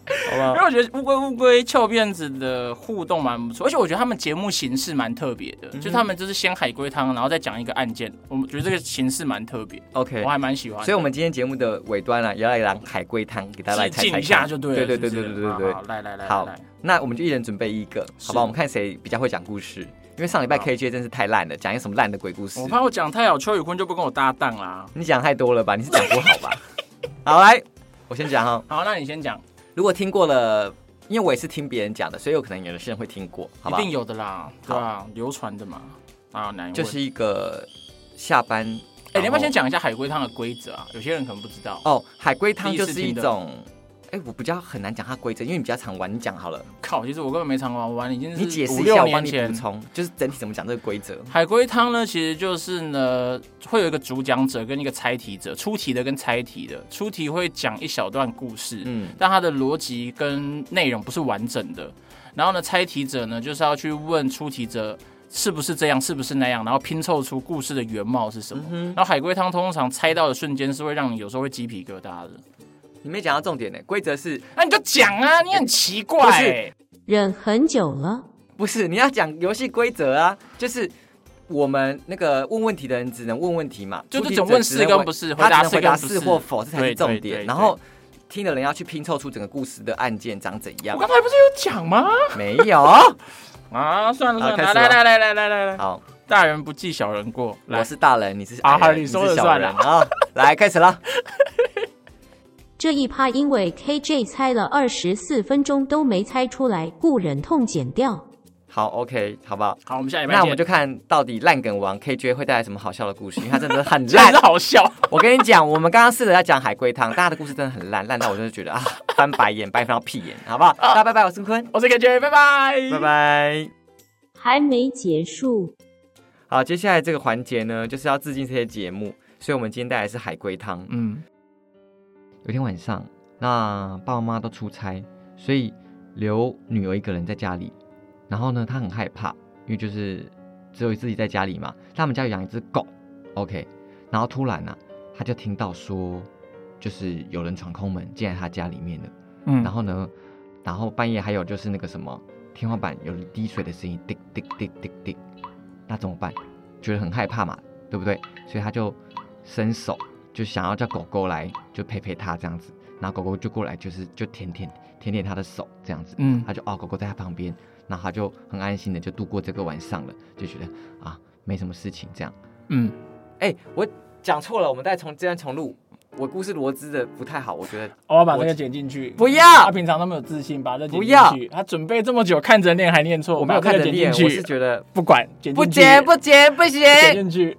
Speaker 1: 好不
Speaker 2: 因
Speaker 1: 好？
Speaker 2: 为我觉得乌龟乌龟翘辫子的互动蛮不错，而且我觉得他们节目形式蛮特别
Speaker 1: 嗯
Speaker 2: 的，就是他们就是先海龟汤，然后再讲一个案件，我们觉得这个形式蛮特别，
Speaker 1: OK，
Speaker 2: 我还蛮喜欢的。
Speaker 1: 所以，我们今天节目的尾端啊，也要来一海龟汤，给大家来
Speaker 2: 致
Speaker 1: 猜猜
Speaker 2: 敬
Speaker 1: 看
Speaker 2: 一下就对了。
Speaker 1: 对对对
Speaker 2: 是
Speaker 1: 对
Speaker 2: 不是
Speaker 1: 对对
Speaker 2: 啊好好
Speaker 1: 对。
Speaker 2: 来来来，
Speaker 1: 好
Speaker 2: 来来
Speaker 1: 那我们就一人准备一个，好
Speaker 2: 是
Speaker 1: 吧？我们看谁比较会讲故事，因为上礼拜
Speaker 2: 好
Speaker 1: KJ 真是太烂了，讲一个什么烂的鬼故事
Speaker 2: 我，怕我讲太好，邱宇坤就不跟我搭档啦。
Speaker 1: 你讲太多了吧？你是讲不好 吧？好，来，我先讲哈。
Speaker 2: 好，那你先讲，
Speaker 1: 如果听过了，因为我也是听别人讲的，所以有可能有些人会听过，好
Speaker 2: 一
Speaker 1: 吧
Speaker 2: 定？有的啦，对吧？流传的嘛，啊，难问。
Speaker 1: 就是一个下班，
Speaker 2: 哎，你要不要先
Speaker 1: 然后
Speaker 2: 讲一下海龟汤的规则啊？有些人可能不知道。
Speaker 1: 哦，海龟汤
Speaker 2: 第一次
Speaker 1: 就是一
Speaker 2: 听的
Speaker 1: 种。哎，我比较很难讲它规则，因为你比较常玩，你讲好了，
Speaker 2: 靠，其实我根本没常玩，玩已经
Speaker 1: 你解
Speaker 2: 是
Speaker 1: 释
Speaker 2: 五
Speaker 1: 一下，
Speaker 2: 六
Speaker 1: 我帮
Speaker 2: 年
Speaker 1: 你
Speaker 2: 前
Speaker 1: 补。充，就是整体怎么讲这个规则。
Speaker 2: 海龟汤呢，其实就是呢，会有一个主讲者跟一个猜题者，出题的跟猜题的，出题会讲一小段故事，
Speaker 1: 嗯，
Speaker 2: 但它的逻辑跟内容不是完整的。然后呢，猜题者呢就是要去问出题者是不是这样，是不是那样，然后拼凑出故事的原貌是什么。然后海龟汤通常猜到的瞬间是会让你有时候会鸡皮疙瘩的。
Speaker 1: 你没讲到重点呢、规则是
Speaker 2: 那、你就讲啊，你很奇怪、
Speaker 1: 不是
Speaker 2: 欸
Speaker 3: 忍很久了，
Speaker 1: 不是你要讲游戏规则啊？就是我们那个问问题的人只能问问题嘛，
Speaker 2: 就是
Speaker 1: 出题
Speaker 2: 只
Speaker 1: 者
Speaker 2: 问是
Speaker 1: 能
Speaker 2: 跟不是
Speaker 1: 他只能
Speaker 2: 回
Speaker 1: 回
Speaker 2: 答
Speaker 1: 答
Speaker 2: 是
Speaker 1: 是
Speaker 2: 跟不是
Speaker 1: 或否，这才
Speaker 2: 对
Speaker 1: 是重
Speaker 2: 对对
Speaker 1: 点。
Speaker 2: 对
Speaker 1: 然后听的人要去拼凑出整个故事的案件长怎样
Speaker 2: 我，刚才不是有讲吗？
Speaker 1: 没有。
Speaker 2: 啊，算了
Speaker 1: 好
Speaker 2: 算了，
Speaker 1: 开始吧
Speaker 2: 来来来来来来来，
Speaker 1: 好，
Speaker 2: 大人不计小人过，
Speaker 1: 我
Speaker 2: 来，
Speaker 1: 是大人，你是
Speaker 2: 啊
Speaker 1: 矮
Speaker 2: 好
Speaker 1: 人
Speaker 2: 你
Speaker 1: 你
Speaker 2: 说了
Speaker 1: 是小
Speaker 2: 算
Speaker 1: 人啊。来，开始了。
Speaker 3: 这一趴因为 KJ 猜了二十四分钟都没猜出来，故忍痛剪掉。
Speaker 1: 好，OK，好不好？
Speaker 2: 好，我们下一拜见。
Speaker 1: 那我们就看到底烂梗王 KJ 会带来什么好笑的故事，因为他真的 很
Speaker 2: 真
Speaker 1: 烂
Speaker 2: 是。好笑，
Speaker 1: 我跟你讲，我们刚刚试着要讲海龟汤，大家的故事真的很烂，烂到我真的觉得啊，翻白眼，白翻到屁眼，好不好？大家拜拜，我是坤，
Speaker 2: 我是 KJ，拜啊拜，
Speaker 1: 拜。拜。
Speaker 3: 还没结束，
Speaker 1: 好，接下来这个环节呢，就是要致敬这些节目，所以我们今天带来是海龟汤。
Speaker 2: 嗯，
Speaker 1: 有天晚上，那爸爸妈妈都出差，所以留女儿一个人在家里。然后呢，她很害怕，因为就是只有自己在家里嘛。他们家有养一只狗，OK。然后突然呢、啊，她就听到说，就是有人闯空门进来她家里面了。
Speaker 2: 嗯
Speaker 1: 然后呢，然后半夜还有就是那个什么天花板有滴水的声音，滴滴滴滴滴，那怎么办？觉得很害怕嘛，对不对？所以他就伸手就想要叫狗狗来就陪陪他这样子，然后狗狗就过来，就是就舔舔舔舔它的手这样子，
Speaker 2: 嗯
Speaker 1: 它就哦，狗狗在它旁边，然后它就很安心的就度过这个晚上了，就觉得啊没什么事情这样。
Speaker 2: 嗯，
Speaker 1: 哎、我讲错了，我们再重这样重录。我故事罗织的不太好，我觉得
Speaker 2: 我要把这个剪进去。
Speaker 1: 不要
Speaker 2: 他平常那么有自信，把这剪
Speaker 1: 不
Speaker 2: 进
Speaker 1: 要
Speaker 2: 去。他准备这么久，看着念还念错，
Speaker 1: 我没有
Speaker 2: 把
Speaker 1: 看
Speaker 2: 这
Speaker 1: 着
Speaker 2: 个剪
Speaker 1: 练，
Speaker 2: 进
Speaker 1: 我
Speaker 2: 去
Speaker 1: 是觉得
Speaker 2: 不管剪
Speaker 1: 不
Speaker 2: 进去
Speaker 1: 剪不剪不行。
Speaker 2: 剪进去。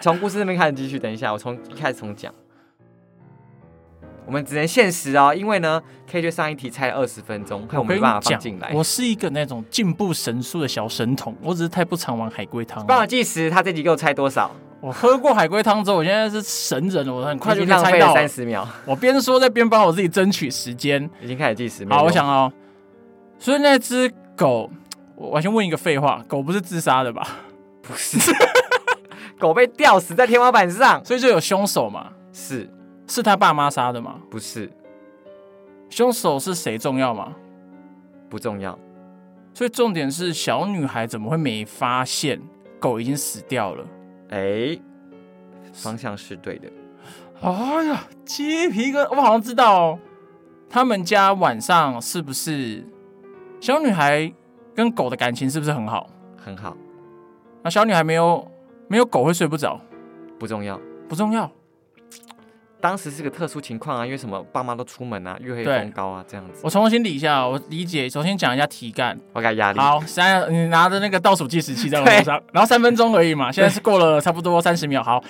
Speaker 1: 从故事那边开始继续，等一下，我从一开始重讲。我们只能限时哦，因为呢，KJ 上一题猜了二十分钟，看我
Speaker 2: 我
Speaker 1: 们
Speaker 2: 跟
Speaker 1: 没
Speaker 2: 你
Speaker 1: 办法放
Speaker 2: 讲
Speaker 1: 进来，。
Speaker 2: 我是一个那种进步神速的小神童，我只是太不常玩海龟汤
Speaker 1: 帮我
Speaker 2: 了。
Speaker 1: 计时，他这集给我猜多少？
Speaker 2: 我喝过海龟汤之后，我现在是神人了，我很快就
Speaker 1: 已
Speaker 2: 可
Speaker 1: 经
Speaker 2: 以
Speaker 1: 浪
Speaker 2: 猜
Speaker 1: 费了
Speaker 2: 到
Speaker 1: 三
Speaker 2: 了。
Speaker 1: 十秒，
Speaker 2: 我边说在边帮我自己争取时间。
Speaker 1: 已经开始计时。没
Speaker 2: 好，
Speaker 1: 有
Speaker 2: 我想哦，所以那只狗，我我先问一个废话，狗不是自杀的吧？
Speaker 1: 不是，狗被吊死在天花板上，
Speaker 2: 所以就有凶手嘛？
Speaker 1: 是
Speaker 2: 是他爸妈杀的吗？
Speaker 1: 不是
Speaker 2: 凶手是谁重要吗？
Speaker 1: 不重要？
Speaker 2: 所以重点是小女孩怎么会没发现狗已经死掉了？
Speaker 1: 哎、方向是对的，
Speaker 2: 哎呀，鸡皮疙，我好像知道哦。他们家晚上是不是小女孩跟狗的感情是不是很好？
Speaker 1: 很好，
Speaker 2: 那小女孩没有没有狗会睡不着，
Speaker 1: 不重要。
Speaker 2: 不重要。
Speaker 1: 当时是个特殊情况啊，因为什么爸妈都出门啊，月黑
Speaker 2: 对
Speaker 1: 风高啊，这样子，
Speaker 2: 我重新理一下哦，我理解。首先讲一下题干。
Speaker 1: 我给他压力。
Speaker 2: 好，三，你拿着那个倒数计时器在我手上，然后三分钟而已嘛，现在是过了差不多三十秒。好，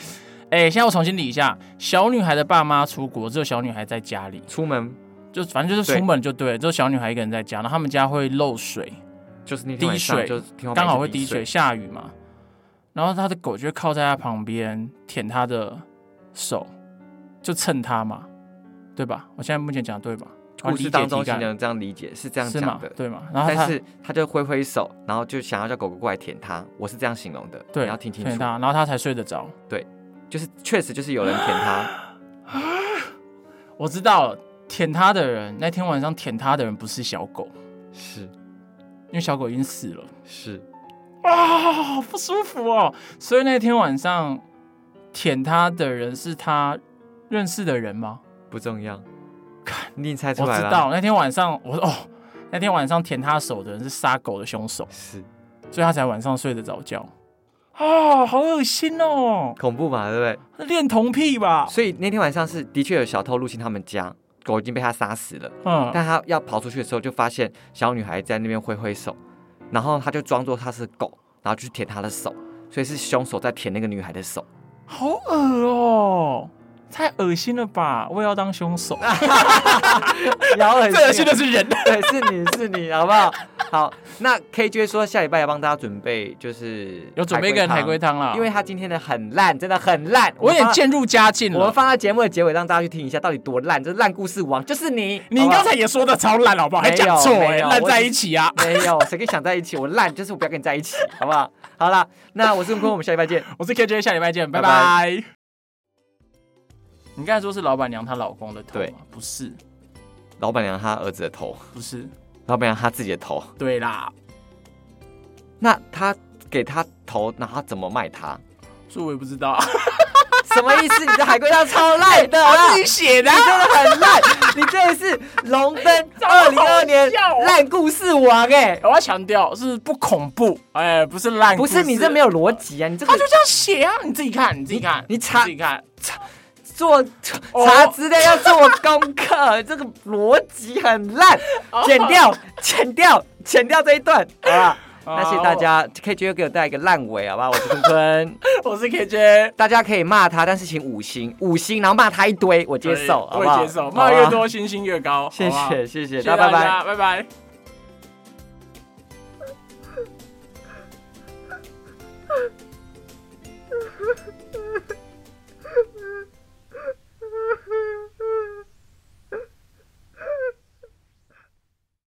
Speaker 2: 哎、现在我重新理一下，小女孩的爸妈出国，只有小女孩在家里，
Speaker 1: 出门
Speaker 2: 就反正就是
Speaker 1: 对
Speaker 2: 出门就对了，只有小女孩一个人在家，然后他们家会漏水。
Speaker 1: 就是那天晚
Speaker 2: 滴
Speaker 1: 上
Speaker 2: 水
Speaker 1: 就是天花板
Speaker 2: 刚
Speaker 1: 一
Speaker 2: 好
Speaker 1: 直
Speaker 2: 会滴水，
Speaker 1: 水，
Speaker 2: 下雨嘛，然后他的狗就会靠在他旁边舔他的手，就蹭他嘛，对吧？我现在目前讲得对吧？
Speaker 1: 故事当中
Speaker 2: 哦
Speaker 1: 形
Speaker 2: 理解题干
Speaker 1: 能这样理解，是这样
Speaker 2: 是
Speaker 1: 讲
Speaker 2: 吗
Speaker 1: 的？。
Speaker 2: 对嘛？然后他
Speaker 1: 但是他就挥挥手，然后就想要叫狗狗过来舔它，我是这样形容的，
Speaker 2: 对，
Speaker 1: 你要听清
Speaker 2: 舔
Speaker 1: 楚，
Speaker 2: 他，然后他才睡得着。
Speaker 1: 就是确实就是有人舔 它，
Speaker 2: 我知道了，舔他的人那天晚上舔他的人不是小狗，
Speaker 1: 是
Speaker 2: 因为小狗已经死了
Speaker 1: 是
Speaker 2: 啊，好不舒服哦。所以那天晚上舔他的人是他认识的人吗？
Speaker 1: 不重要，看你已经猜出
Speaker 2: 我
Speaker 1: 来
Speaker 2: 知
Speaker 1: 了，
Speaker 2: 道那天晚上我哦，那天晚上舔他手的人是杀狗的凶手，
Speaker 1: 是
Speaker 2: 所以他才晚上睡得着觉。啊，好恶心哦！
Speaker 1: 恐怖吧，对不对？
Speaker 2: 恋童癖吧？
Speaker 1: 所以那天晚上是的确有小偷入侵他们家，狗已经被他杀死了，
Speaker 2: 嗯，
Speaker 1: 但他要跑出去的时候，就发现小女孩在那边挥挥手，然后他就装作他是狗，然后去舔她的手，所以是凶手在舔那个女孩的手。
Speaker 2: 好恶哦，太恶心了吧！我也要当 凶手。
Speaker 1: 然后很
Speaker 2: 最恶心的是人。
Speaker 1: 对，是你是你，好不好？好，那 KJ 说下礼拜要帮大家准备，就是
Speaker 2: 有准备一个人海龟
Speaker 1: 汤，
Speaker 2: 汤啦，啊
Speaker 1: 因为他今天的很烂，真的很烂，
Speaker 2: 我也啊
Speaker 1: 们放
Speaker 2: 渐入佳境
Speaker 1: 我们
Speaker 2: 了。
Speaker 1: 放在节目的结尾，让大家去听一下到底多烂，这烂故事王就是你，
Speaker 2: 你
Speaker 1: 好不好
Speaker 2: 刚才也说的超烂，好不好？还讲错
Speaker 1: 没有
Speaker 2: 哎，
Speaker 1: 没有
Speaker 2: 烂
Speaker 1: 我
Speaker 2: 在
Speaker 1: 只
Speaker 2: 一起啊！
Speaker 1: 没有谁跟你想在一起，我烂就是我不要跟你在一起，好不好？好啦，那我是悟空，我们下礼拜见。
Speaker 2: 我是 KJ，下礼拜见，拜
Speaker 1: 拜
Speaker 2: 拜。你刚才说是老板娘她老公的头
Speaker 1: 对
Speaker 2: 吗？不是，
Speaker 1: 老板娘她儿子的头，
Speaker 2: 不是，
Speaker 1: 老板娘她自己的头，
Speaker 2: 对啦，
Speaker 1: 那她给她头，那她怎么卖它？
Speaker 2: 这我也不知道，
Speaker 1: 什么意思？你的海龟汤超烂 的啦
Speaker 2: 我！自己啊写的
Speaker 1: 你。真的很烂，你真的是荣 登二
Speaker 2: 好
Speaker 1: 零二年
Speaker 2: 笑哦
Speaker 1: 烂故事王哎、
Speaker 2: 我要强调是不恐怖，哎，不是烂故
Speaker 1: 不
Speaker 2: 事，
Speaker 1: 是你这没有逻辑啊，你这
Speaker 2: 他
Speaker 1: 个
Speaker 2: 就这样写啊，你自己看，你自己看，
Speaker 1: 你查
Speaker 2: 自己看，
Speaker 1: 做
Speaker 2: 哦
Speaker 1: 查资料要做功课， 这个逻辑很烂，
Speaker 2: 哦
Speaker 1: 剪掉，剪掉，剪掉这一段，好 吧？
Speaker 2: 哦
Speaker 1: 那谢谢大家，KJ 又给我带一个烂尾，好吧？我是坤坤，
Speaker 2: 我是 KJ，
Speaker 1: 大家可以骂他，但是请五星，五星，然后骂他一堆，我接受，好
Speaker 2: 我
Speaker 1: 不好？
Speaker 2: 也接受，
Speaker 1: 好吧啊
Speaker 2: 骂越，多星星越高，
Speaker 1: 谢
Speaker 2: 好不好
Speaker 1: 谢，谢谢，
Speaker 2: 谢
Speaker 1: 大家拜
Speaker 2: 谢大
Speaker 1: 拜。
Speaker 2: 家，拜拜。